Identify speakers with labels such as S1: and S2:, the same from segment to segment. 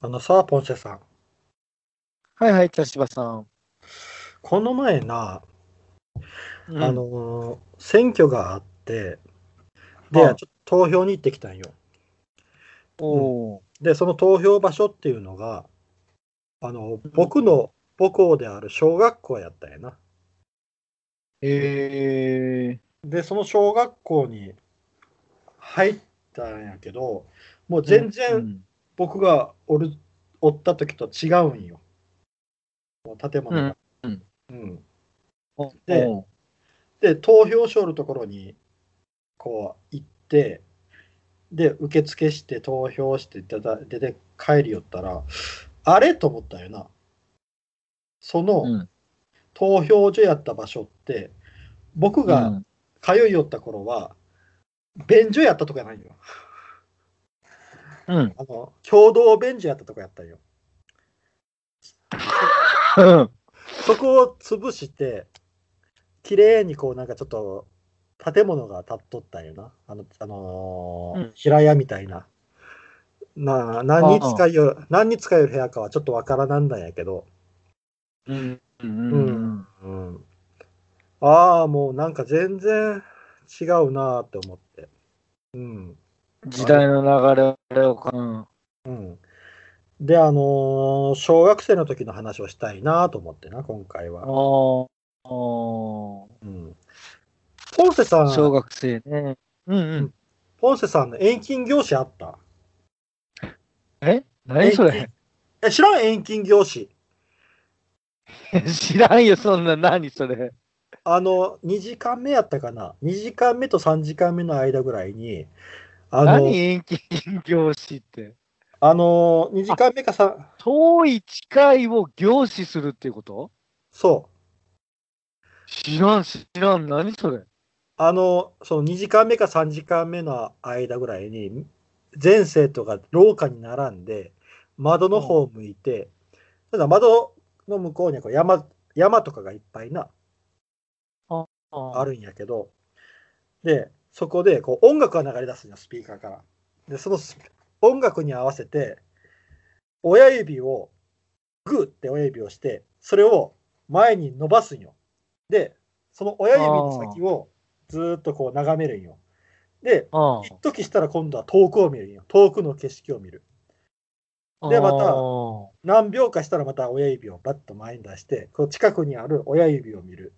S1: あのさ、ポンセさん。
S2: はいはい、田芝さん。
S1: この前な、
S2: うん
S1: あ、のー選挙があって、で、
S2: はい
S1: ちょっと投票に行ってきたんよ。
S2: おー
S1: で、その投票場所っていうのが、あの、僕の母校である小学校やったんやな。
S2: え
S1: で、その小学校に入ったんやけど、もう全
S2: う
S1: 然
S2: ん
S1: 僕がおる、おった時と違うんよ。もう建物が。
S2: うん
S1: うん
S2: お
S1: で
S2: お
S1: で投票所のところにこう行ってで受付して投票して出た出て帰りよったらあれと思ったよなその
S2: うん
S1: 投票所やった場所って僕
S2: う
S1: が
S2: ん
S1: 通いよった頃は便所やったとこやないよ
S2: うん
S1: あの共同便所やったとこやったんよ
S2: うん
S1: そこを潰して綺麗にこうなんかちょっと建物が建っとったんよなあの、あのー
S2: うん
S1: 平屋みたいなな何に使いよる何に使える部屋かはちょっとわからなんだんやけど、
S2: うんう
S1: うん
S2: ん
S1: うんああもうなんか全然違うなーって思ってうん
S2: 時代の流れをうん
S1: うんであのー小学生の時の話をしたいなーと思ってな今回は、
S2: おーお
S1: うん、ポンセさ
S2: ー
S1: ん
S2: 小学生ね。うんうん。
S1: ポンセさんの遠近業種あった
S2: え何それ
S1: え、知らん遠近業種。
S2: 知らんよ、そんな、何それ。
S1: あの、2時間目やったかな。2時間目と3時間目の間ぐらいに、あの、
S2: 何遠近業師って。
S1: あの2時間目かさ、
S2: 遠い近いを凝視するっていうこと
S1: そう、
S2: 知らん、知らん、何それ。
S1: あの、その2時間目か3時間目の間ぐらいに、前生徒が廊下に並んで、窓の方を向いて、ただ窓の向こうにはこう山、山とかがいっぱいな、あ
S2: あ
S1: るんやけど、で、そこでこう音楽が流れ出すんよ、スピーカーから。で、そのス音楽に合わせて、親指を、グーって親指をして、それを前に伸ばすんよ。で、その親指の先をずーっとこう眺めるんよ。で、
S2: あ
S1: 一時したら今度は遠くを見るんよ。遠くの景色を見る。でまた
S2: あー
S1: 何秒かしたらまた親指をバッと前に出して、こう近くにある親指を見る。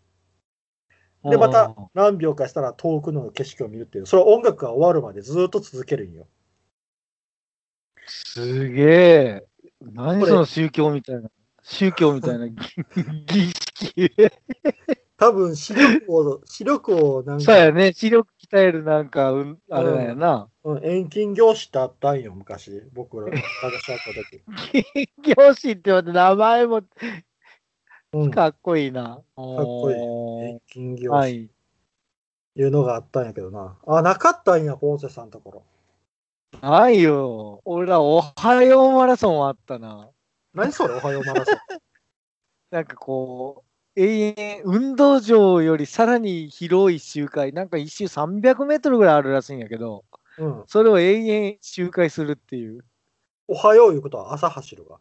S1: で、また何秒かしたら遠くの景色を見るっていう、それは音楽が終わるまでずっと続けるんよ。
S2: すげえ。何
S1: これ
S2: その宗教みたいな。宗教みた いな儀式。
S1: 多分視力 を、視力をなん
S2: そう
S1: か、
S2: やね。視力鍛えるなんか、うんあれだよな。
S1: うん遠近業種ってあったんよ、昔。僕ら、私はこの 時。
S2: 教師ってまた名前も
S1: うん、
S2: かっこいいな。
S1: かっこ
S2: おー
S1: 遠近業
S2: は
S1: 種っ
S2: い。
S1: ていうのがあったんやけどな。あ、なかったんや、ポンセさんのところ。
S2: ないよ。俺ら、おはようマラソンはあったな。
S1: 何それ、おはようマラソン。
S2: なんかこう、永遠、運動場よりさらに広い周回、なんか一周300メートルぐらいあるらしいんやけど、
S1: うん、
S2: それを永遠周回するっていう。
S1: おはよういうことは朝走るわ。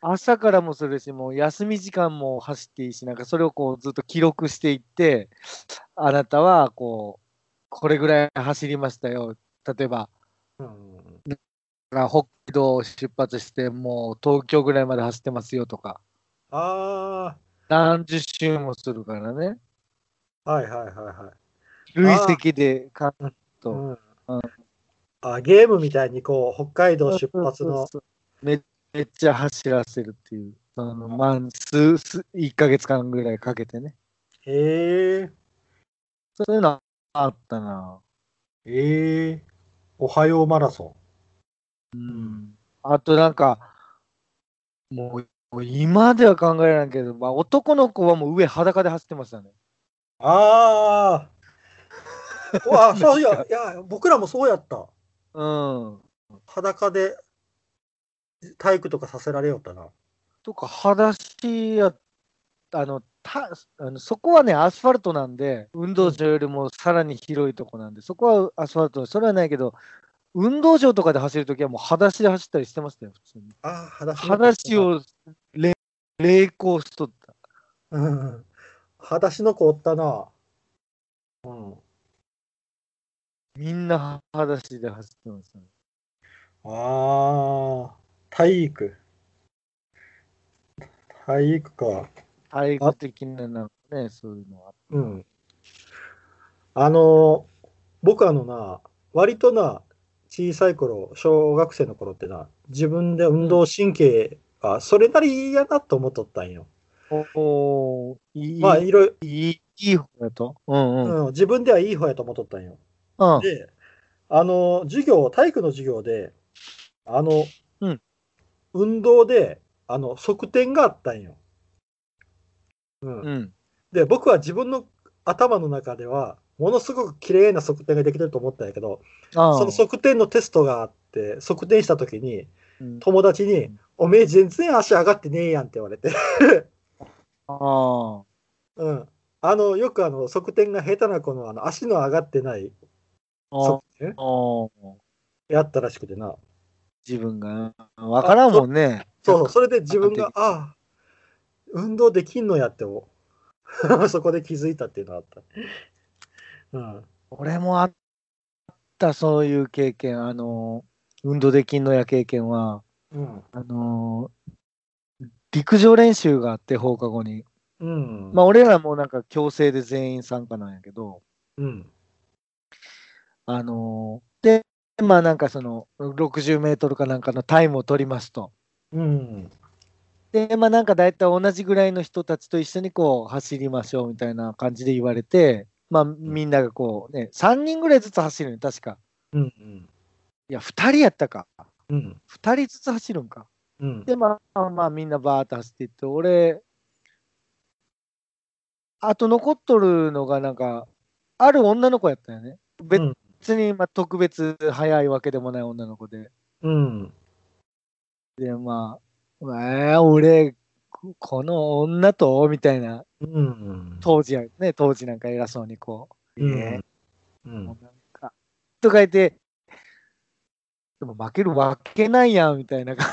S2: 朝からもするし、もう休み時間も走っていいし、なんかそれをこうずっと記録していって、あなたはこう、これぐらい走りましたよ。例えば、
S1: うんうん
S2: 北海道を出発して、もう東京ぐらいまで走ってますよとか、
S1: あ
S2: 何十周もするからね。
S1: ー、はいはいはいはい。
S2: 累積でかんと。
S1: うんあゲームみたいにこう北海道出発の
S2: そうそうそうめめっちゃ走らせるっていう、あのまあ、数数1ヶ月間ぐらいかけてね、
S1: へえ
S2: そういうのあったな。
S1: ええおはようマラソ
S2: うん、あとなんか、もうもう今では考えられないけど、まあ、男の子はもう上裸で走ってましたね。
S1: ン。あ あ。わあ、そういや、いや、僕らもそうやった。
S2: うん、
S1: 裸で体育とかさせられよったな。
S2: とか、裸足やあのたあの、そこはね、アスファルトなんで、運動場よりもさらに広いとこなんで、そこはアスファルト、それはないけど、運動場とかで走るときはもう裸足で走ったりしてましたよ、普通に。
S1: ああ、裸足。
S2: 裸足。をれ励行しとった。
S1: うん。裸足の子おったな。うん。
S2: みんな裸足で走ってました、ね。
S1: ああ、体育。体育か。
S2: 体育的ななんかね、そういうのは。
S1: うん。あの、僕あのな、割とな、小さい頃、小学生の頃ってな、自分で運動神経がそれなりやなと思っとったんよ。
S2: おおーいい、
S1: まあ、
S2: い
S1: いろい
S2: い、いい方だと。うんうん。うん、
S1: ろ、うん、自分ではいい方やと思っとったんよ。
S2: あ
S1: で、あの、授業、体育の授業で、あの、
S2: うん
S1: 運動で、あの、側転があったんよ。うん
S2: うん。
S1: で、僕は自分の頭の中では、ものすごく綺麗な側転ができてると思ったんやけど、
S2: あ
S1: その側転のテストがあって、側転した時に、
S2: うん
S1: 友達に、おめえ全然足上がってねえやんって言われて、
S2: ああ。
S1: うん。あの、よくあの、側転が下手な子の、あの、足の上がってない
S2: あ
S1: 側転
S2: あ。
S1: やったらしくてな。
S2: 自分が。わからんもんね。
S1: そうそう、それで自分が
S2: あ、
S1: ああ、運動できんのやっても、 そこで気づいたっていうのがあった。うん。
S2: 俺もあった、そういう経験。あの、運動できんのや経験は、
S1: うん。
S2: あの、陸上練習があって、放課後に。
S1: うん。
S2: まあ、俺らもなんか強制で全員参加なんやけど、
S1: うん。
S2: あの、で、まあなんかその、60メートルかなんかのタイムを取りますと。
S1: うん。
S2: で、まあなんか大体同じぐらいの人たちと一緒にこう走りましょうみたいな感じで言われて、まあみんながこうね、3人ぐらいずつ走るね、確か。
S1: うん。うん。
S2: いや、2人やったか。
S1: うん。
S2: 2人ずつ走るんか。
S1: うん。
S2: で、まあまあみんなバーッと走っていって、俺、あと残っとるのがなんか、ある女の子やったよね。
S1: うん
S2: 別にまあ特別速いわけでもない女の子で。
S1: うん。
S2: で、まあ、えー、俺、ここの女とみたいな。
S1: うん。
S2: 当時やね、当時なんか偉そうにこう、
S1: うん
S2: え
S1: う
S2: えも
S1: ん。
S2: うなんか、とか言って、でも負けるわけないやんみたいな感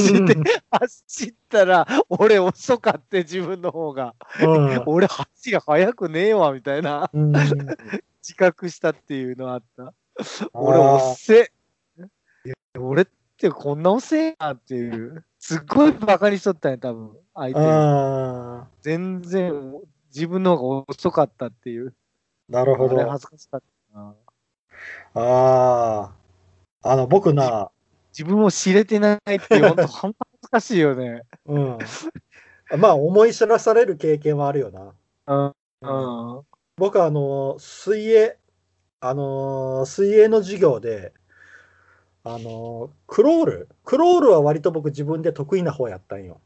S2: じで、
S1: うん
S2: 走ったら、俺遅かって自分の方が、
S1: うん
S2: 俺走り早くねえわみたいな
S1: うん
S2: 自覚したっていうのはあった。 俺
S1: あ
S2: 遅え。え俺ってこんな遅えなっていう。すっごいバカにしとったんや、多分相
S1: ー
S2: 手に。
S1: あ
S2: 全然自分の方が遅かったっていう。
S1: ー、なるほ
S2: あれ
S1: ど。あ
S2: 恥ずかしかったな。
S1: あー。あの、僕 な、
S2: 自分を知れてないって、本当、ほんと 恥ずかしいよね。
S1: うん。まあ、思い知らされる経験はあるよな。
S2: うん。うん。
S1: 僕はあの水泳あの水泳の授業であのクロールクロールは割と僕自分で得意な方やったんよ。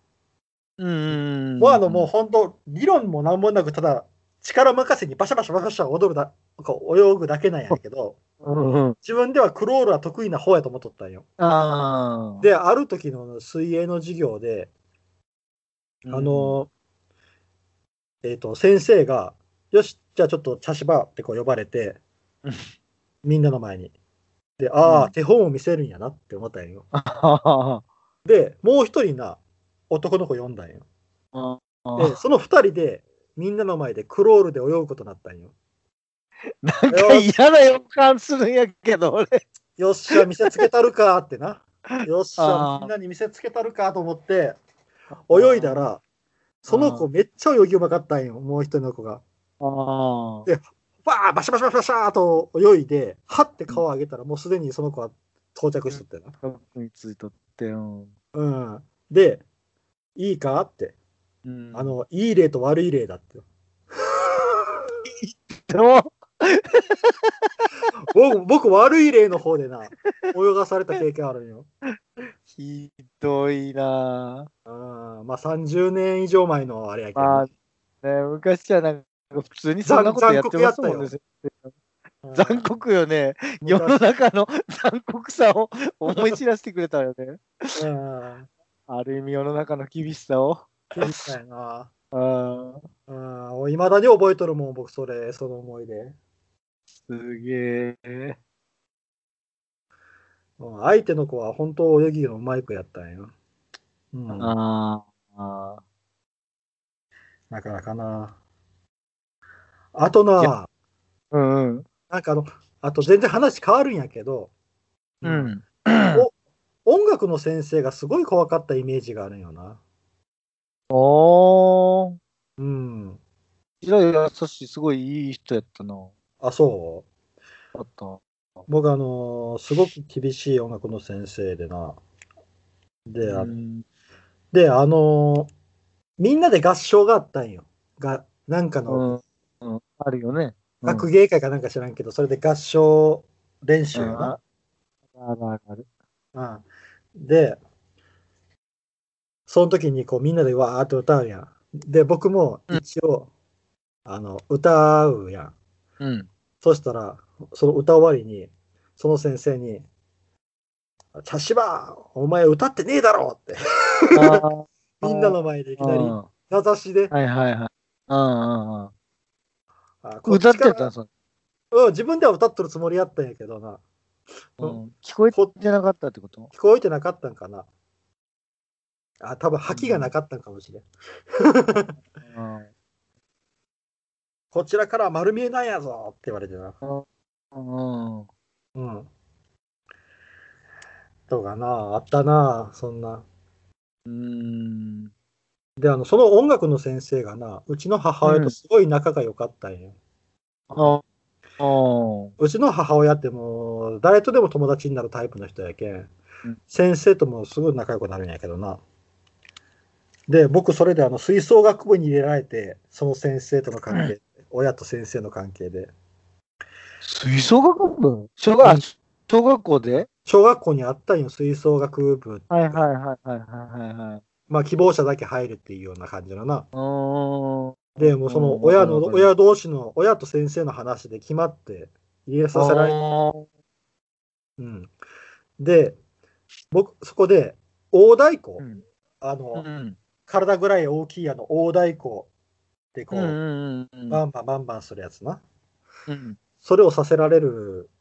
S2: うん。
S1: もうあのもう本当理論もなんもなくただ力任せにバシャバシャバシャバシャ踊るだこう泳ぐだけなんやけど
S2: うん。うん。
S1: 自分ではクロールは得意な方やと思っとったんよ。
S2: ああ。、
S1: である時の水泳の授業であの、えっ、と、先生が、よし、じゃあちょっと茶芝ってこう呼ばれて
S2: うん、
S1: みんなの前に。で、ああ、
S2: うん
S1: 手本を見せるんやなって思ったんよ。
S2: あ
S1: で、もう一人な、男の子呼んだんよ。
S2: あ。
S1: で、その二人で、みんなの前でクロールで泳ぐことになったんよ。
S2: なんか 嫌な予感するんやけど、俺。
S1: よっしゃ、見せつけたるかってな。 よっし
S2: あ
S1: ゃ
S2: ー、
S1: みんなに見せつけたるかと思って、泳いだら、その子めっちゃ泳ぎうまかったんよ、もう一人の子が。
S2: ああ。
S1: バーバシャバシャバシャバシャーと泳いで、はって顔を上げたら、もうすでにその子は到着しとったよな。
S2: についとって、うん。
S1: うん。で、いいかって。
S2: うん
S1: あ、の、いい例と悪い例だって。
S2: でも、
S1: 僕、僕悪い例の方で な、泳がされた経験あるんよ。
S2: ひどいな
S1: うん。まあ、30年以上前のあれやけど。
S2: まあ、ね、昔はなんか普通にそんなことやってますもんね。
S1: うん
S2: 残酷よね。世の中の残酷さを思い知らせてくれたよね。
S1: うん。
S2: ある意味世の中の厳しさを。
S1: 厳しさやな。
S2: あー
S1: うん。いまだに覚えとるもん、僕、それ、その思い出。
S2: すげえ。
S1: うん相手の子は本当泳ぎがうまい子やったんや。うん、な
S2: あーあー。
S1: かなかな。あと
S2: い
S1: な、
S2: うんうん。
S1: なんかあの、あと全然話変わるんやけど、
S2: うん。
S1: 音楽の先生がすごい怖かったイメージがあるんよな。
S2: おー。
S1: うん。
S2: 白い優しい、すごいいい人やったな。
S1: あ、そう
S2: あった。
S1: 僕あのーすごく厳しい音楽の先生でな。で、あ
S2: うん
S1: で、あのーみんなで合唱があったんよ。が、なんかの、
S2: うん。うんあるよね。うん
S1: 学芸会かなんか知らんけど、それで合唱練習
S2: う
S1: や
S2: んあ
S1: な。
S2: あるあるある。
S1: うんで、その時にこうみんなでわーって歌うやん。で、僕も一応、あの、歌うやん。
S2: うん。
S1: そしたら、その歌終わりに、その先生に、茶芝、お前歌ってねえだろうって、
S2: あー
S1: みんなの前でいきなり
S2: う、ん
S1: 名指しで、
S2: はいはいはい。うんうんうん。
S1: あこ
S2: 歌
S1: ち
S2: って
S1: から
S2: たのそれ
S1: うん、自分では歌っとるつもりやったんやけどな、う
S2: う。
S1: ん
S2: 聞こえてなかったってこと
S1: 聞こえてなかったんかな。あ、多分吐きがなかったんかもしれん。
S2: うん
S1: こちらからは丸見えなんやぞって言われてな。
S2: うん。うん
S1: うん。とかな、あったな、そんな。
S2: うん。
S1: で、あの、その音楽の先生がな、うちの母親とすごい仲が良かったんよ。
S2: ああ。うん
S1: うちの母親ってもう、誰とでも友達になるタイプの人やけん
S2: うん、
S1: 先生ともすごい仲良くなるんやけどな。で、僕、それであの吹奏楽部に入れられて、その先生との関 係、親と先生の関係で、
S2: 吹奏楽部小学小学校で
S1: 小学校にあったんよ、吹奏楽部って。
S2: はいはいはいはいはいはい。
S1: まあ、希望者だけ入るっていうような感じのな。
S2: うーん。
S1: で、もうそ
S2: うん
S1: の親の、
S2: わかるわかる
S1: 親同士の、親と先生の話で決まって入れさせられうん。で、僕、そこで、大太鼓、
S2: うん。
S1: あ
S2: う
S1: の、
S2: ん。
S1: 体ぐらい大きいあの大太鼓でこ
S2: う
S1: う、
S2: ん。うん。
S1: バンバンバンバンするやつな。
S2: うん
S1: それをさせられるっ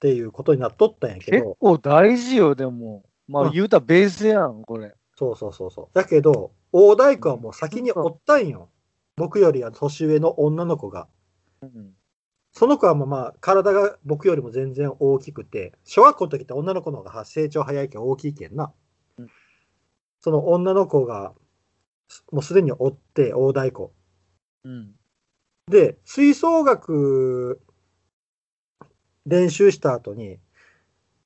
S1: ていうことになっとったんやけ
S2: 結
S1: ど、
S2: 構大事よ、でも。ま
S1: う
S2: あ、
S1: ん
S2: 言うたらベースやん、これ。
S1: そうそうそうそう。だけど、大太鼓はもう先におったんよ。僕よりは年上の女の子が。
S2: うん。
S1: その子はもうまあ体が僕よりも全然大きくて、小学校の時って女の子の方が成長早いけん大きいけんな
S2: うん。
S1: その女の子がもうすでにおって大太鼓。
S2: うん。
S1: で、吹奏楽練習した後に、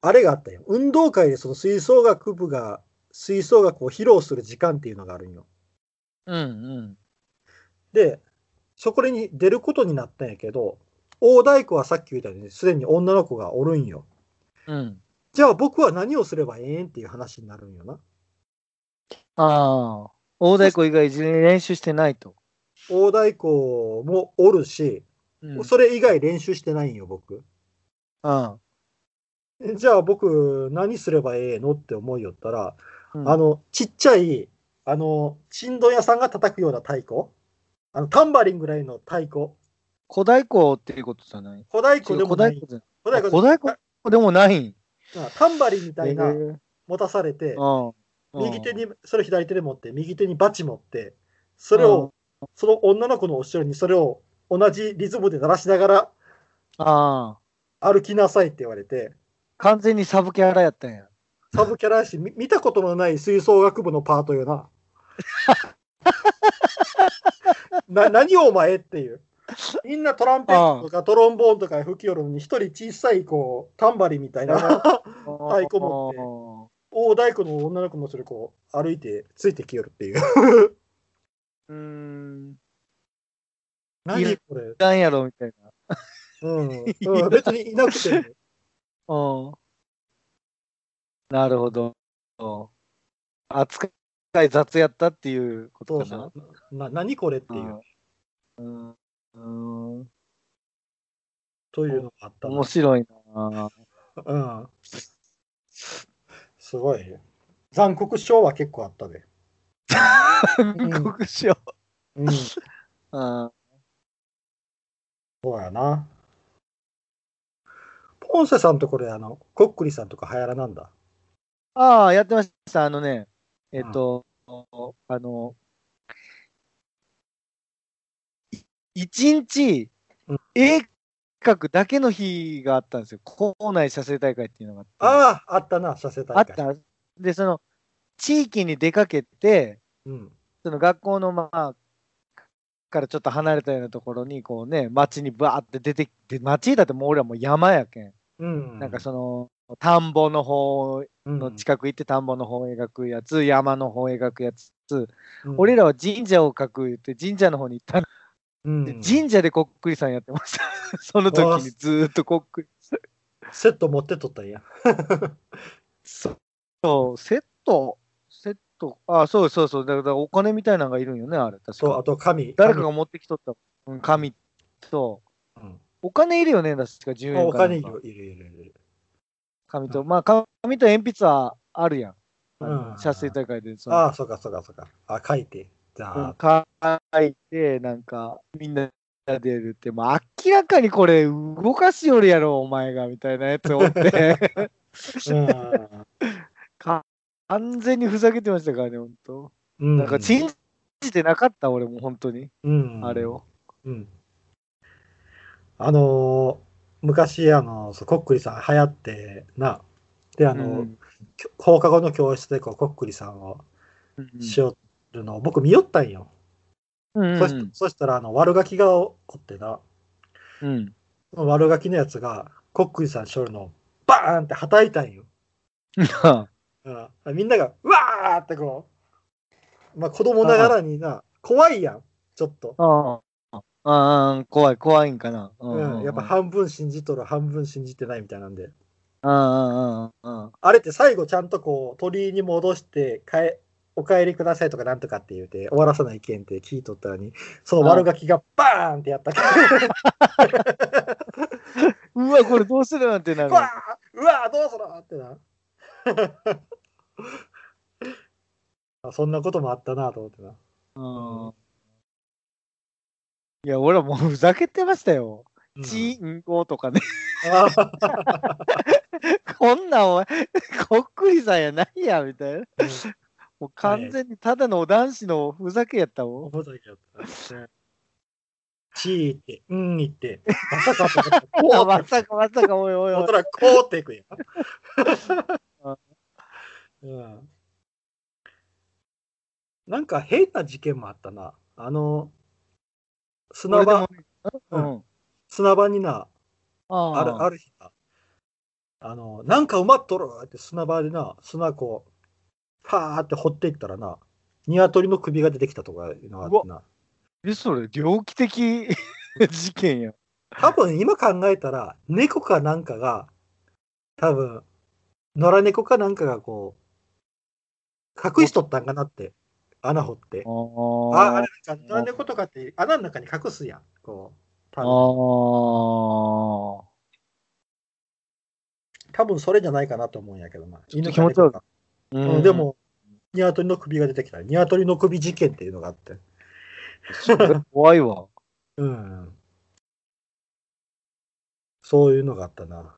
S1: あれがあったよ。運動会でその吹奏楽部が吹奏楽を披露する時間っていうのがあるんよ。
S2: うん。
S1: で、そこに出ることになったんやけど、大太鼓はさっき言ったようにすでに女の子がおるんよ。
S2: うん。
S1: じゃあ僕は何をすればええんっていう話になるんよな。
S2: ああ。大太鼓以外、練習してないと。
S1: 大太鼓もおるし、
S2: うん。
S1: それ以外練習してないんよ、僕。
S2: あ
S1: じゃあ僕、何すればええのって思いよったら、あ
S2: の、
S1: の、ちっちゃい、あの、ちんどん屋さんが叩くような太鼓。あの、タンバリンぐらいの太鼓。
S2: 小太鼓っていうことじゃない
S1: 小太
S2: 違
S1: 鼓
S2: う
S1: で
S2: 小
S1: も
S2: 太
S1: ない
S2: 鼓。じゃ
S1: 小
S2: ない。あ小太鼓でもないん。
S1: あタンバリンみたい
S2: へ
S1: な、
S2: ー
S1: 持たされて、
S2: うん。
S1: 右手に、それ左手で持って、右手にバチ持って、それを、その女の子の後ろにそれを同じリズムで鳴らしながら
S2: うん。ああ。
S1: 歩きなさいって言われて、
S2: 完全にサブキャラやったんや。
S1: サブキャラやし、み見たことのない吹奏楽部のパートよ な。な何をお前っていう。みんなトランペットとかトロンボーンとか吹き寄るのに、一人小さいこうタンバリンみたい な、
S2: 太
S1: 鼓持大太鼓の女の子のそれこう歩いてついてきよるっていう。
S2: うーん。い
S1: 何
S2: や
S1: これ。
S2: なんやろみたいな。
S1: うん。うん別にいなくても。
S2: うん。なるほど。扱い雑やったっていうこ
S1: そ
S2: と
S1: う
S2: か
S1: そ
S2: な。
S1: うな何これっていう。
S2: うん。うん。うん
S1: というのがあったな
S2: 面白い な。
S1: うん。すごい。残酷賞は結構あったで。
S2: 韓国史を。
S1: うん。
S2: うん。
S1: そうやな。ポンセさんところであの、コックリさんとか流行らなんだ。
S2: ああ、やってました。あのね、えっと、あの、い一日
S1: うん、
S2: 絵描くだけの日があったんですよ。校内写生大会っていうのがあって。
S1: ああ、あったな、写生大
S2: あっ
S1: 会。
S2: た。で、その、地域に出かけて、
S1: うん。
S2: その学校の、まあ、からちょっと離れたようなところに、こうね、街にバーって出てきて、街だってもう俺らもう山やけん。
S1: うん。
S2: なんかその、田んぼの方の
S1: の
S2: 近く行って田んぼの方を描くやつ、山の方を描くやつ、
S1: うん、
S2: 俺らは神社を描くって神社の方に行ったん
S1: うん、
S2: で、神社でこっくりさんやってました。 その時にずーっとこっくりさん。
S1: セット持ってっとったんや。
S2: そう、セット、セット、あ、そうそうそう、だからお金みたいなのがいるんよね、あれ。確
S1: そう、あ
S2: か。
S1: と紙。
S2: 誰かが持ってきとった、うん、紙と、
S1: 紙、うん
S2: お金いるよね、確か10円か
S1: あ
S2: なん
S1: お
S2: か。
S1: 金いるいるいるいる。
S2: 紙と、まあ、紙と鉛筆はあるやん。あの
S1: うん
S2: 写生大会で、その
S1: ああ、そうかそうかそうか。あ、書いて。じゃあ、
S2: 書いて、なんか、みんなでやるって、もう明らかにこれ、動かしよるやろ、お前が、みたいなやつをって、
S1: うん
S2: 完全にふざけてましたからね、本当。
S1: うん
S2: なんか、信じてなかった、俺も、本当に、
S1: うん
S2: あれを。
S1: うん。あのー昔、あのそうコックリさん流行ってな。で、あの
S2: うん
S1: きょ放課後の教室でこうコックリさんを
S2: うん
S1: しよるのを僕見よったんよ。
S2: うん
S1: そしそしたら、あの、悪ガキがおってな。
S2: うん
S1: その悪ガキのやつが、コックリさんしょるのをバーンって叩いたんよ。うん、みんなが、うわーってこう、まあ、子供ながらにな、怖いやん、ちょっと。
S2: ああああ、怖い、怖いんかな。う
S1: うん、やっぱ
S2: い。
S1: 半分信じとる、半分信じてないみたいなんで。
S2: ああ、あ
S1: あれって最後ちゃんとこう、鳥居に戻して、かえお帰りくださいとかなんとかって言うて、終わらさない件って聞いとったのに、その悪ガキがバーンってやったから、
S2: うわ、これどうするなんてな
S1: う
S2: る。
S1: わー、うわー、どうするってな。あそんな こともあったなと思ってな。
S2: うんいや、俺はもうふざけてましたよ。
S1: うん
S2: チンコとかね、
S1: あー
S2: こんなんお前、 こっくりさんやないや、みたいな。
S1: うん
S2: もう完全にただのお男子のふざけやったもん。
S1: ふざけやったね。チーって、うん言って、まさかと思ったらこう
S2: まさかまさか、おいおい
S1: 思
S2: お
S1: っ
S2: い
S1: た。らこうっていくやん。 うん、なんか変な事件もあったな。あの、
S2: こ
S1: 砂
S2: れで
S1: 場
S2: も、うん。
S1: 砂場にな、
S2: あ
S1: あるある日な、あの、なんか埋まっとるって砂場でな、砂こう、パーって掘っていったらな、鶏の首が出てきたとかいうのがあってな。
S2: えそれ、猟奇的 事件や。
S1: 多分今考えたら猫かなんかが多分野良猫かなんかがこう隠しとったんかなって穴掘ってあ
S2: あー
S1: あれなんか野良猫とかって穴の中に隠すやんこう
S2: あ
S1: 多分
S2: ー。
S1: 多分それじゃないかなと思うんやけどな
S2: ょっと
S1: 犬
S2: 気
S1: か
S2: 持ち悪
S1: 猫
S2: い
S1: か
S2: う
S1: うんんで、も鶏の首が出てきた鶏の首事件っていうのがあって
S2: それ 怖いわ。
S1: うんそういうのがあったな。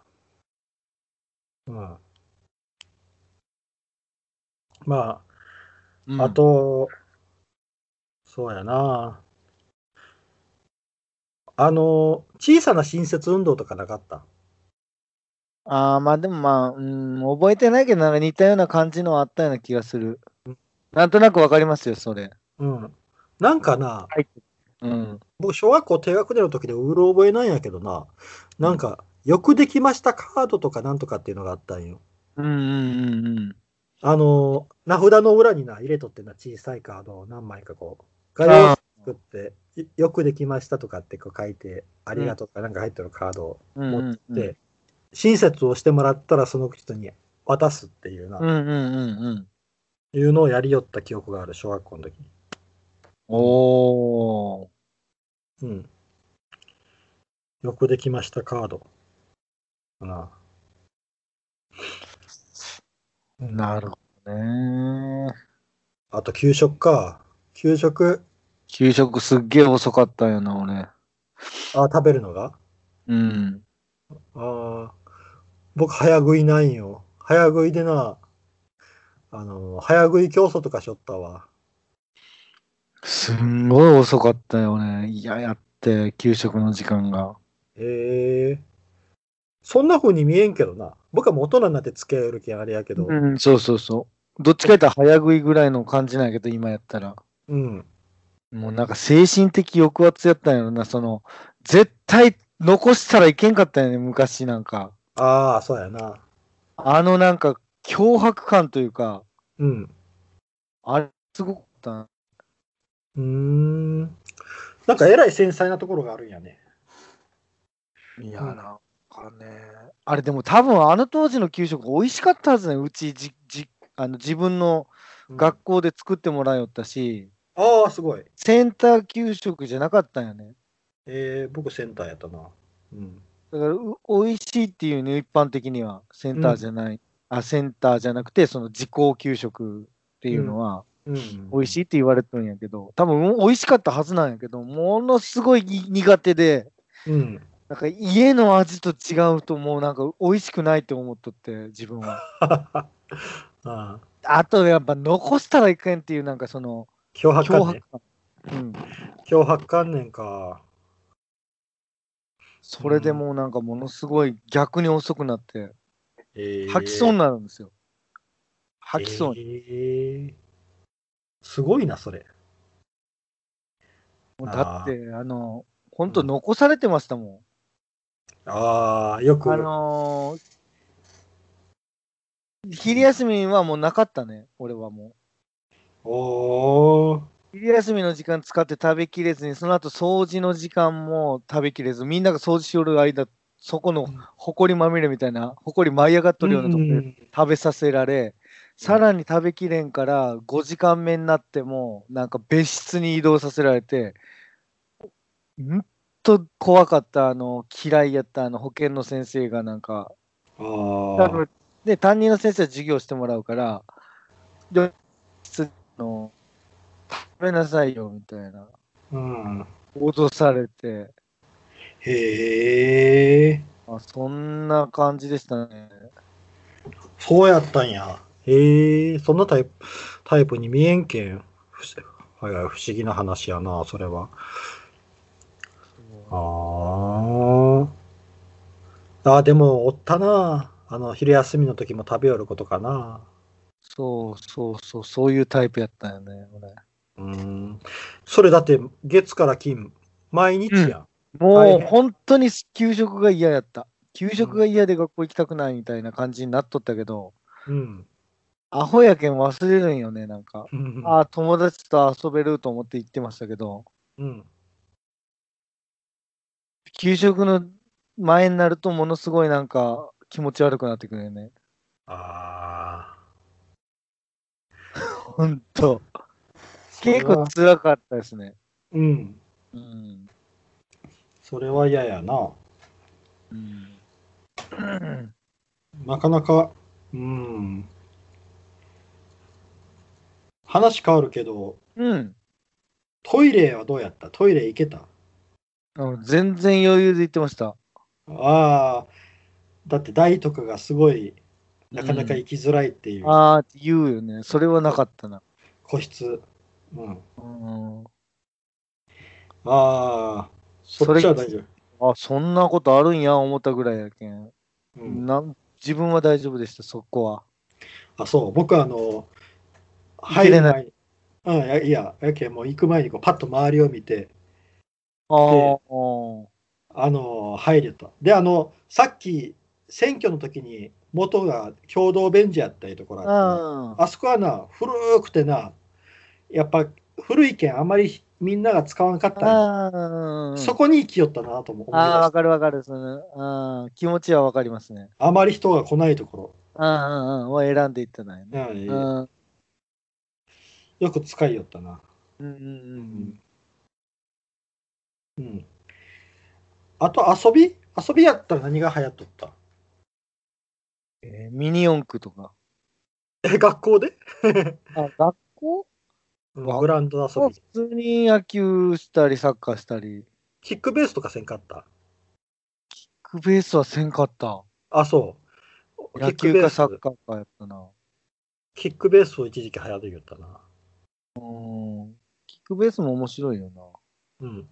S1: うん。ま
S2: うん
S1: あ、あ、と、そうやな。あの、小さな新設運動とかなかった。
S2: ああ、まあでもまあ、うん、覚えてないけど、なんか似たような感じのあったような気がする。なんとなくわかりますよ、それ。
S1: うん。なんかな、
S2: うん。
S1: 僕、小学校低学年の時でうろ覚えなんやけどな、なんか、よくできましたカードとかなんとかっていうのがあったんよ。
S2: うんうんうんうん。
S1: あの、名札の裏にな、入れとってな、小さいカードを何枚かこう、画用
S2: あ
S1: 作って、いよくできましたとかってこう書いて、ありがとうとかなんか入ってるカードを
S2: うん
S1: 持って、
S2: うんうん
S1: 親切をしてもらったらその人に渡すっていうな、
S2: うんうんうんうん。
S1: いうのをやりよった記憶がある、小学校の時に。
S2: おー。
S1: うん。よくできましたカード。かな。
S2: なるほどね。
S1: あと、給食か。給食、
S2: 給食すっげえ遅かったよな、俺。
S1: あ、食べるのが
S2: うん。
S1: ああ。僕、早食いないんよ。早食いでな、あの、早食い競争とかしよったわ。
S2: すんごい遅かったよね。いや、やって、給食の時間が。
S1: へえ。そんな風に見えんけどな。僕はもう大人になって付き合えるけんあれやけど。
S2: うん、そうそうそう。どっちか言ったら早食いぐらいの感じなんやけど、今やったら。
S1: うん。
S2: もうなんか精神的抑圧やったんやろな、その、絶対残したらいけんかったよね、昔なんか。
S1: ああ、そうやな。
S2: あのなんか、脅迫感というか、
S1: うん。
S2: あれ、すごかったな。
S1: うーん。なんかえらい繊細なところがあるんやね。
S2: いや、
S1: うん
S2: なんかね、あれでも多分あの当時の給食美味しかったはずね、うちじじあの自分の学校で作ってもらいよったし、
S1: ああ、すごい。
S2: センター給食じゃなかったんよね。
S1: えー、僕センターやったな。うん。
S2: だからう美味しいっていうね、一般的には、センターじゃない、あ、センターじゃなくて、その自校給食っていうのは、
S1: うん
S2: 美味しいって言われてるんやけど、多分美味しかったはずなんやけど、ものすごい苦手で、
S1: い。うん。
S2: なんか家の味と違うともうなんか美味しくないって思っとって、自分は。
S1: ああ、
S2: あとやっぱ残したらいけんっていうなんかその
S1: 脅迫
S2: 脅
S1: 観
S2: 迫
S1: 念。
S2: 感、うん、
S1: 脅迫観念か。
S2: それでもうなんかものすごい逆に遅くなって
S1: えー
S2: 吐きそうになるんですよ吐きそうに、
S1: えーすごいな、それ。
S2: もうだってあの本当残されてましたも
S1: ああ、よ
S2: ん、
S1: く。
S2: あのー昼休みはもうなかったね俺はも
S1: おー
S2: う昼休みの時間使って食べきれずにその後掃除の時間も食べきれずみんなが掃除しよる間そこの埃まみれみたいな埃舞い上がっとるようなところで食べさせられ、さらに食べきれんから5時間目になってもなんか別室に移動させられてうんと怖かったあの嫌いやったあの保健の先生がなんか
S1: うん
S2: あ
S1: あ
S2: ので担任の先生は授業してもらうからで室の食べなさいよみたいな
S1: あ、うん。
S2: 脅されて
S1: へえ、
S2: あそんな感じでしたね
S1: そうやったんや。へえ、そんなタイプタイプに見えんけん。ふしはいはい、不思議な話やな、それは。ああ。ああ、でも、おったな。あの、昼休みの時も食べよることかな。
S2: そうそうそうそういうタイプやったよね俺
S1: うーん。それだって、月から金、毎日やん。
S2: も
S1: 大
S2: う
S1: 変
S2: 本当に給食が嫌やった。給食が嫌で学校行きたくないみたいな感じになっとったけど、
S1: うん。
S2: アホやけん忘れるんよね、なんか。
S1: うん。
S2: ああ、友達と遊べると思って行ってましたけど、
S1: うん。
S2: 給食の前になるとものすごいなんか気持ち悪くなってくるよね。
S1: あ
S2: ほんと。
S1: あ。
S2: 結構辛かったですね。
S1: うん。
S2: うん。
S1: それは嫌やな。
S2: うん、
S1: なかなか、うん。話変わるけど、
S2: うん。
S1: トイレはどうやったトイレ行けた
S2: あの全然余裕で行ってました。
S1: ああ。だって台とかがすごい、なかなか行きづらいっていう、
S2: ああって言うよね。それはなかったな。
S1: 個室。うん。
S2: うん
S1: ああ。そっちは大丈夫。
S2: あ、そんなことあるんや、思ったぐらいやけん。
S1: うん、
S2: なん自分は大丈夫でした、そこは。
S1: あ、そう。僕はあの、
S2: 行け
S1: 入
S2: れ
S1: る
S2: ない
S1: 前に。うん、いや、いや、やけんもう行く前にこうパッと周りを見て、
S2: あーあー、
S1: あの、入れた。で、あの、さっき、選挙の時に、元が共同ベンチやったりところあっ
S2: あ
S1: た。あそこはな、古くてな、やっぱ古いけん、あんまりみんなが使わなかったんよ
S2: あー、
S1: そこに行きよったなとも思い出
S2: ああ、わ
S1: し
S2: かるわかる。そのあー気持ちはわかりますね。
S1: た。あまり人が来ないとこ
S2: ああ、を選んでいったないね。
S1: ろ、うん
S2: うん
S1: よく使いよったな。
S2: うんうんう
S1: う
S2: ん
S1: ん。あと、遊び遊びやったら何が流行っとった
S2: えーミニ四駆とか。
S1: え、学校で、
S2: あ学校
S1: うんグラウンドの遊
S2: は
S1: び
S2: 普。通に野球したり、サッカーしたり。
S1: キックベースとかせんかった
S2: クベースはせんかった。
S1: あ、そう。
S2: 野
S1: キック
S2: 球
S1: ベー
S2: か
S1: ス
S2: サッカーかやったな。
S1: キックベースを一時期流行って言ったな。
S2: うん。キックベースも面白いよな。
S1: うん。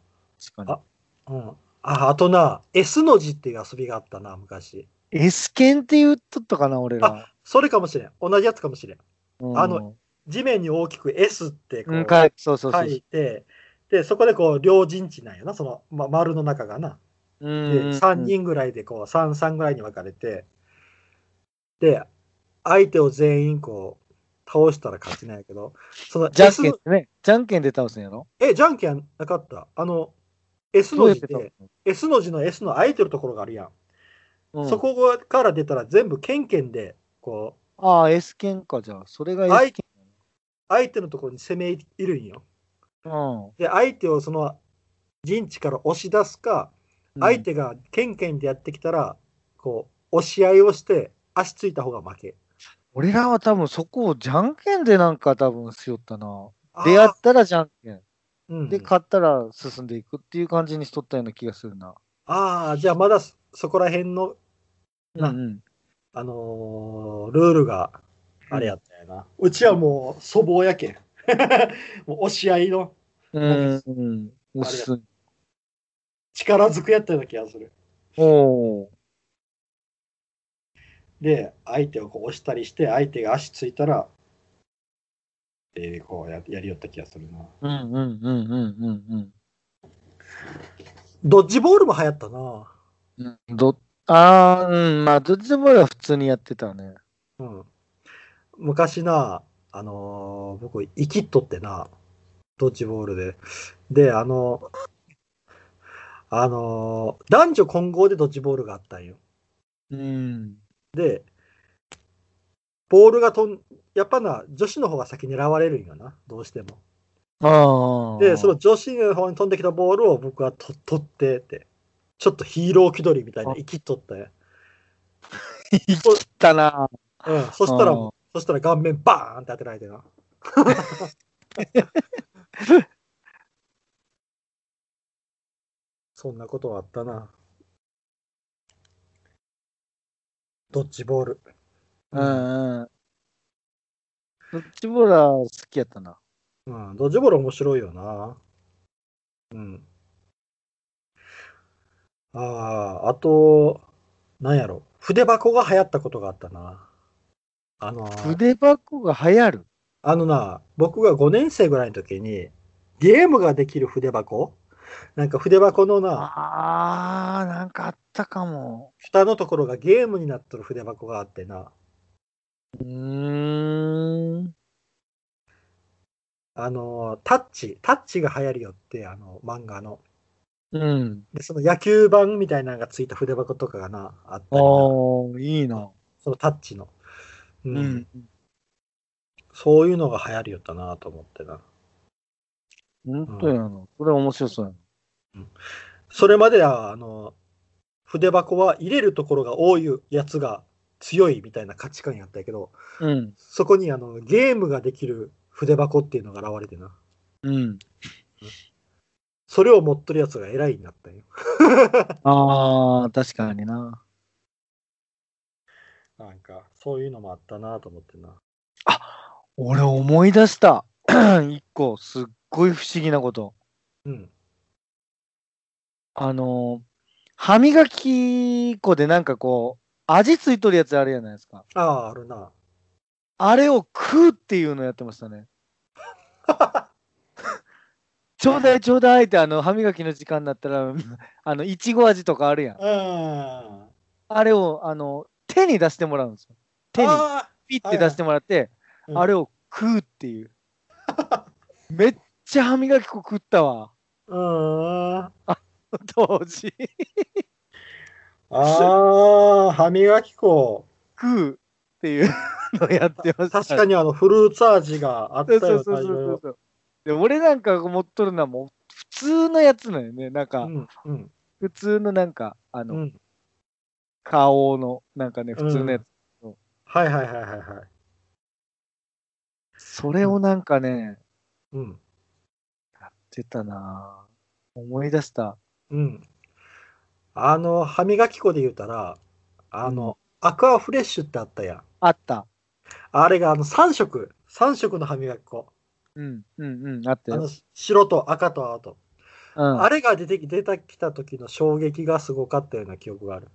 S2: 確か
S1: うん。あ、あとな、S の字っていう遊びがあったな、昔。
S2: に。S 剣って言っとったかな、俺ら。
S1: それかもしれん。同じやつかもしれん。
S2: うん
S1: あの、地面に大きく S ってこ
S2: う
S1: う、
S2: ん、かいそうそうそう。
S1: 書いて、で、そこでこう、両陣地なんやな、その、ま、丸の中がな。
S2: うん
S1: で、3人ぐらいでこう、3、3ぐらいに分かれて、で、相手を全員こう、倒したら勝ちなんやけど、その
S2: じゃん
S1: S
S2: けんってね。じゃんけんで倒すんやろ
S1: え、じゃんけんなかった。あの、S
S2: どう
S1: の
S2: やっ
S1: 字
S2: て倒す
S1: で、S の字の S の空いてるところがあるやん。
S2: の、
S1: そ
S2: うん
S1: こから出たら全部ケンケンで、こう、
S2: ああ、S 剣か、じゃあ。それが S 剣。
S1: 相手のところに攻め入るんよ。
S2: うん。
S1: で、相手をその陣地から押し出すか、相手がケンケンでやってきたら、こう、押し合いをして、足ついた方が負け。
S2: 俺らは多分そこをじゃんけんでなんか多分しよったな。
S1: あー
S2: 出会ったらじゃんけん。
S1: うん
S2: で、勝ったら進んでいくっていう感じにしとったような気がするな。
S1: ああ、じゃあまだそそこら辺の、
S2: う
S1: なん
S2: うん。
S1: あのールールがあれやったよな。うちはもう粗暴やけん。 もう押し合いの
S2: うんうん。おすす
S1: 力ずくやったような気がする。
S2: おー
S1: で、相手をこう押したりして、相手が足ついたら、えー、こうややりよった気がするな。
S2: うんうんうんうんうん
S1: ドッジボールも流行ったな。
S2: うんうん。ど、ああ、うん、まあ、どっちでも俺は普通にやってたね。
S1: うん、昔な、あのー僕、生きっとってな、ドッジボールで。で、あのあのー男女混合でドッジボールがあったんよ。
S2: うん。
S1: で、ボールが飛ん、やっぱな、女子の方が先狙われるんよな、どうしても。
S2: ああ。
S1: で、その女子の方に飛んできたボールを僕はと取ってって、ちょっとヒーロー気取りみたいな、
S2: あ
S1: 生きっとったんや。
S2: 生きたな。
S1: うん、そしたら
S2: あー、
S1: そしたら顔面バーンって当てられ てな。そんなことはあったな。ドッジボール。
S2: うんうん。どっちもら好きやったな。
S1: うん、ドッジボール面白いよな。うん。ああ、あと、なんやろ。筆箱が流行ったことがあったな。あのー
S2: 筆箱が流行る。
S1: あのな、僕が5年生ぐらいの時に、ゲームができる筆箱なんか筆箱のな、
S2: ああ、なんかあったかも。
S1: 蓋のところがゲームになっとる筆箱があってな、
S2: うーん。
S1: あの、タッチ、タッチが流行りよって、あの、漫画の。
S2: うん。
S1: で、その野球版みたいなのがついた筆箱とかがな、あったり
S2: あ
S1: な
S2: あ、いいな。
S1: そのタッチの。う。
S2: うんん。
S1: そういうのが流行りよったなと思ってな。
S2: 本当やな。これ面白そうやな。
S1: それまでは、あの、筆箱は入れるところが多いやつが強いみたいな価値観やったけど、
S2: うん。
S1: そこにあのゲームができる筆箱っていうのが現れてな。
S2: うん。
S1: それを持っとるやつが偉いになったんよ。
S2: ああ、確かにな。
S1: なんか、そういうのもあったなと思ってな。
S2: 俺思い出した。 一個、すっごい不思議なこと。
S1: うん。
S2: あのー、歯磨き粉でなんかこう、味ついとるやつあるじゃないですか。
S1: ああ、あるな。
S2: あれを食うっていうのやってまし たね。ちょうだいちょうだいってあの歯磨きの時間になったら、あの、いちご味とかあるやん。
S1: うん。
S2: あれを、あの、手に出してもらうんですよ。手に
S1: あ
S2: ピッて出してもらって、
S1: あ
S2: あれを食うっていう。めっちゃ歯磨き粉食った わ。
S1: うん。あ
S2: 当時。
S1: あ、歯磨き粉。
S2: 食うっていうのをやってました。
S1: 確かにあの、フルーツ味があった
S2: そう
S1: よ
S2: そうそう
S1: い
S2: そう
S1: ろ
S2: そう。で、俺なんかが持っとるのはもう普通のやつなんよね。なん
S1: いろ
S2: か
S1: う、ん。うん。
S2: 普通のなんか、あ
S1: う
S2: の、
S1: ん。
S2: 顔の、なんかね、
S1: うん
S2: 普通のやつ。
S1: はいはいはいはいはい。
S2: それをなんかね、
S1: うん。
S2: やってたなぁ思い出した。
S1: うん。あの、歯磨き粉で言うたら、あの、アクアフレッシュってあったやん。
S2: あった。
S1: あれがあの3色、3色の歯磨き粉。
S2: うん、うん、うん、あった
S1: あ
S2: よ。
S1: の白と赤と青と。
S2: うん、
S1: あれが出てき出てきた時の衝撃がすごかったような記憶がある。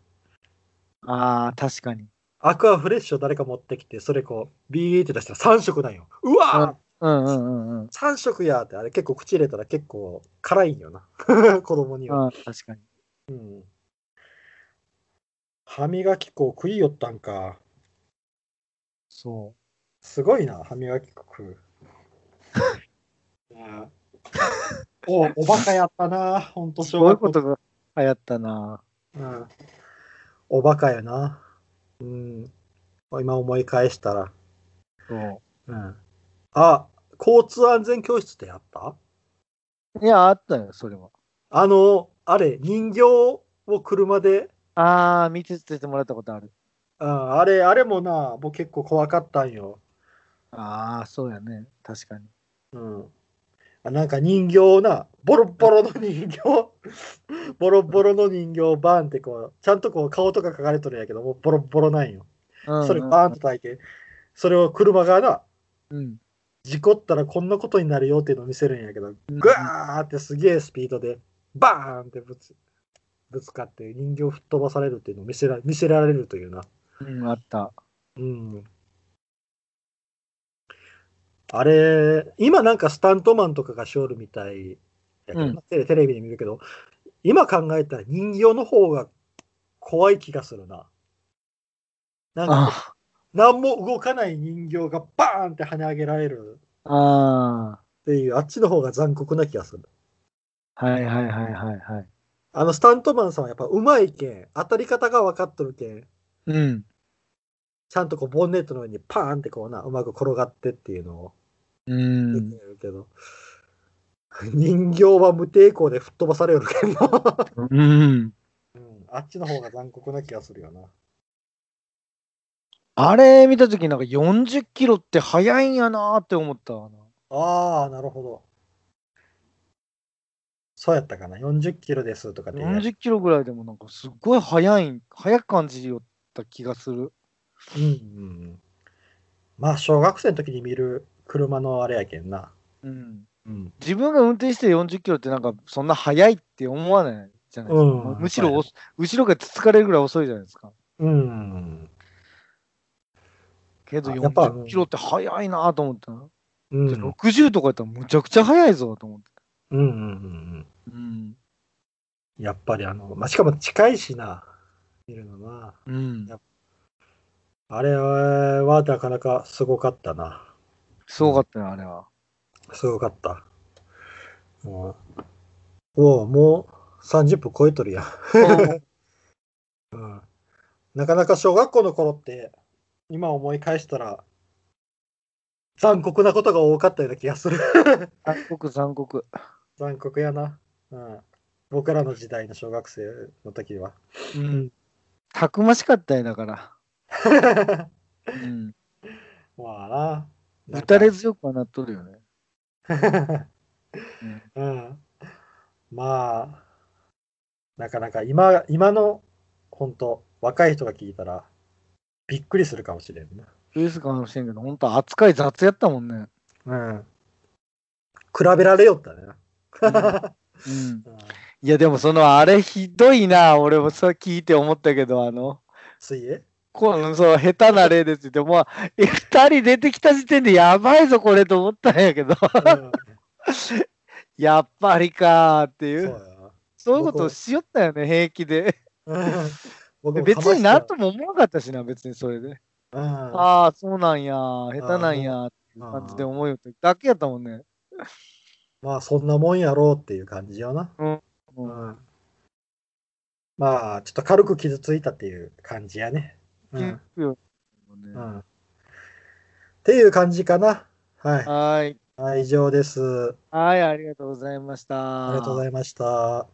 S2: あー確かに。
S1: アクアフレッシュを誰か持ってきて、それこう、ビーって出したら3色なんよ。うわ
S2: うん、うん、うん、うん。
S1: ー !3 色やーって、あれ結構口入れたら結構辛いんよな。 子供には。
S2: あー確かに。
S1: うん。歯磨き粉を食いよったんか。
S2: そ
S1: すごいな、歯磨き粉食 う。ああおおバカやったな、ほんと
S2: う。
S1: 小
S2: そういう
S1: 学
S2: こ
S1: 校
S2: とが流行ったな。
S1: うんおバカやな。うん。今思い返したら。
S2: そ
S1: うん。あ、交通安全教室ってやった
S2: う。いや、あったよ、それは。
S1: あの、あれ、人形を車で、
S2: ああ、見ててもらったことある。
S1: うん、あれ、あれもな、僕結構怖かったんよ。
S2: ああ、そうやね。確かに。
S1: うん。あなんか人形をな、ボロッボロの人形、 ボロッボロの人形をバーンってこう、ちゃんとこう顔とか書かれとるんやけど、もうボロッボロなんよ。
S2: うん、
S1: それバーンと叩いて、それを車がな、
S2: うん。
S1: 事故ったらこんなことになるよっていうのを見せるんやけど、ぐわーってすげえスピードで、バーンってぶつぶつかって人形吹っ飛ばされるっていうのを見せら見せられるというな。
S2: うん、あった。
S1: うん。あれ、今なんかスタントマンとかがしおるみたいやけどな
S2: うん
S1: テレテレビで見るけど、今考えたら人形の方が怖い気がするな。なんか、
S2: あ
S1: 何も動かない人形がバーンって跳ね上げられる。
S2: あ
S1: っていう、あっちの方が残酷な気がする。
S2: ー、はいはいはいはいはい。
S1: あの、スタントマンさんはやっぱうまいけん、当たり方が分かっとるけん、
S2: うん。
S1: ちゃんとこう、ボンネットの上にパーンってこうな、うまく転がってっていうのを
S2: う
S1: 出
S2: ん
S1: て。るけど、人形は無抵抗で吹っ飛ばされるけど、
S2: うん。
S1: うん、あっちの方が残酷な気がするよな。
S2: あれ見たときなんか40キロって速いんやなーって思ったわな。
S1: ああ、なるほど。そうやったかな、40キロですとかって言うやつ。
S2: 40キロぐらいでもなんかすっごい速いん、速く感じよった気がする。
S1: うんうんうん。まあ、小学生の時に見る車のあれやけんな。
S2: うん。
S1: うん。
S2: 自分が運転して40キロってなんかそんな速いって思わないじゃないですか。
S1: うん
S2: むしろお、後ろがつつかれるぐらい遅いじゃないですか。
S1: うん。
S2: けど
S1: あやっぱ
S2: 40キロって速いなーと思ったな。
S1: うん
S2: で60とかやったらむちゃくちゃ速いぞと思って。
S1: うんうんうん
S2: うん。
S1: うん。やっぱりあの、まあ、しかも近いしな、見るのな。
S2: うん。
S1: あれはなかなかすごかったな。
S2: すごかったよ、あれ は。
S1: すごかった。うん、もう、もう30分超えとるやん。うん、なかなか小学校の頃って、今思い返したら、残酷なことが多かったような気がする。
S2: 残酷、残酷。
S1: 残酷やな。うん。僕らの時代の小学生の時は。
S2: うん。たくましかったよ、だから。うん。
S1: まあな。
S2: 打たれ強くはなっとるよね。うん
S1: うん。まあ、なかなか今、今の、本当若い人が聞いたら、びっくりするかもしれんな。
S2: ウエスかもしれんけど、本当扱い雑やったもんね。
S1: うん。比べられよったね。
S2: うん。
S1: うん
S2: いや、でもその、あれひどいな、俺もそう聞いて思ったけど、あの、
S1: 水泳
S2: この、そう、下手な例ですって、もう、え二人出てきた時点でやばいぞ、これと思ったんやけど、
S1: うん
S2: やっぱりかーって
S1: そ
S2: い
S1: う
S2: う、
S1: や
S2: そういうことをしよったよね、平気で。
S1: な。うん僕も
S2: 別になん
S1: か
S2: とも思わなかったしな、別にそれで。
S1: ましたうん
S2: ああ、そうなんや、下手なんや、感じで
S1: うん
S2: 思うよってだけやったもんね。
S1: まあ、そんなもんやろうっていう感じよな。
S2: う
S1: うんんまあ、ちょっと軽く傷ついたっていう感じやね。うん。
S2: うん
S1: うん。っていう感じかな。はい。
S2: はい。
S1: はい、以上です。
S2: はい、ありがとうございました。
S1: ありがとうございました。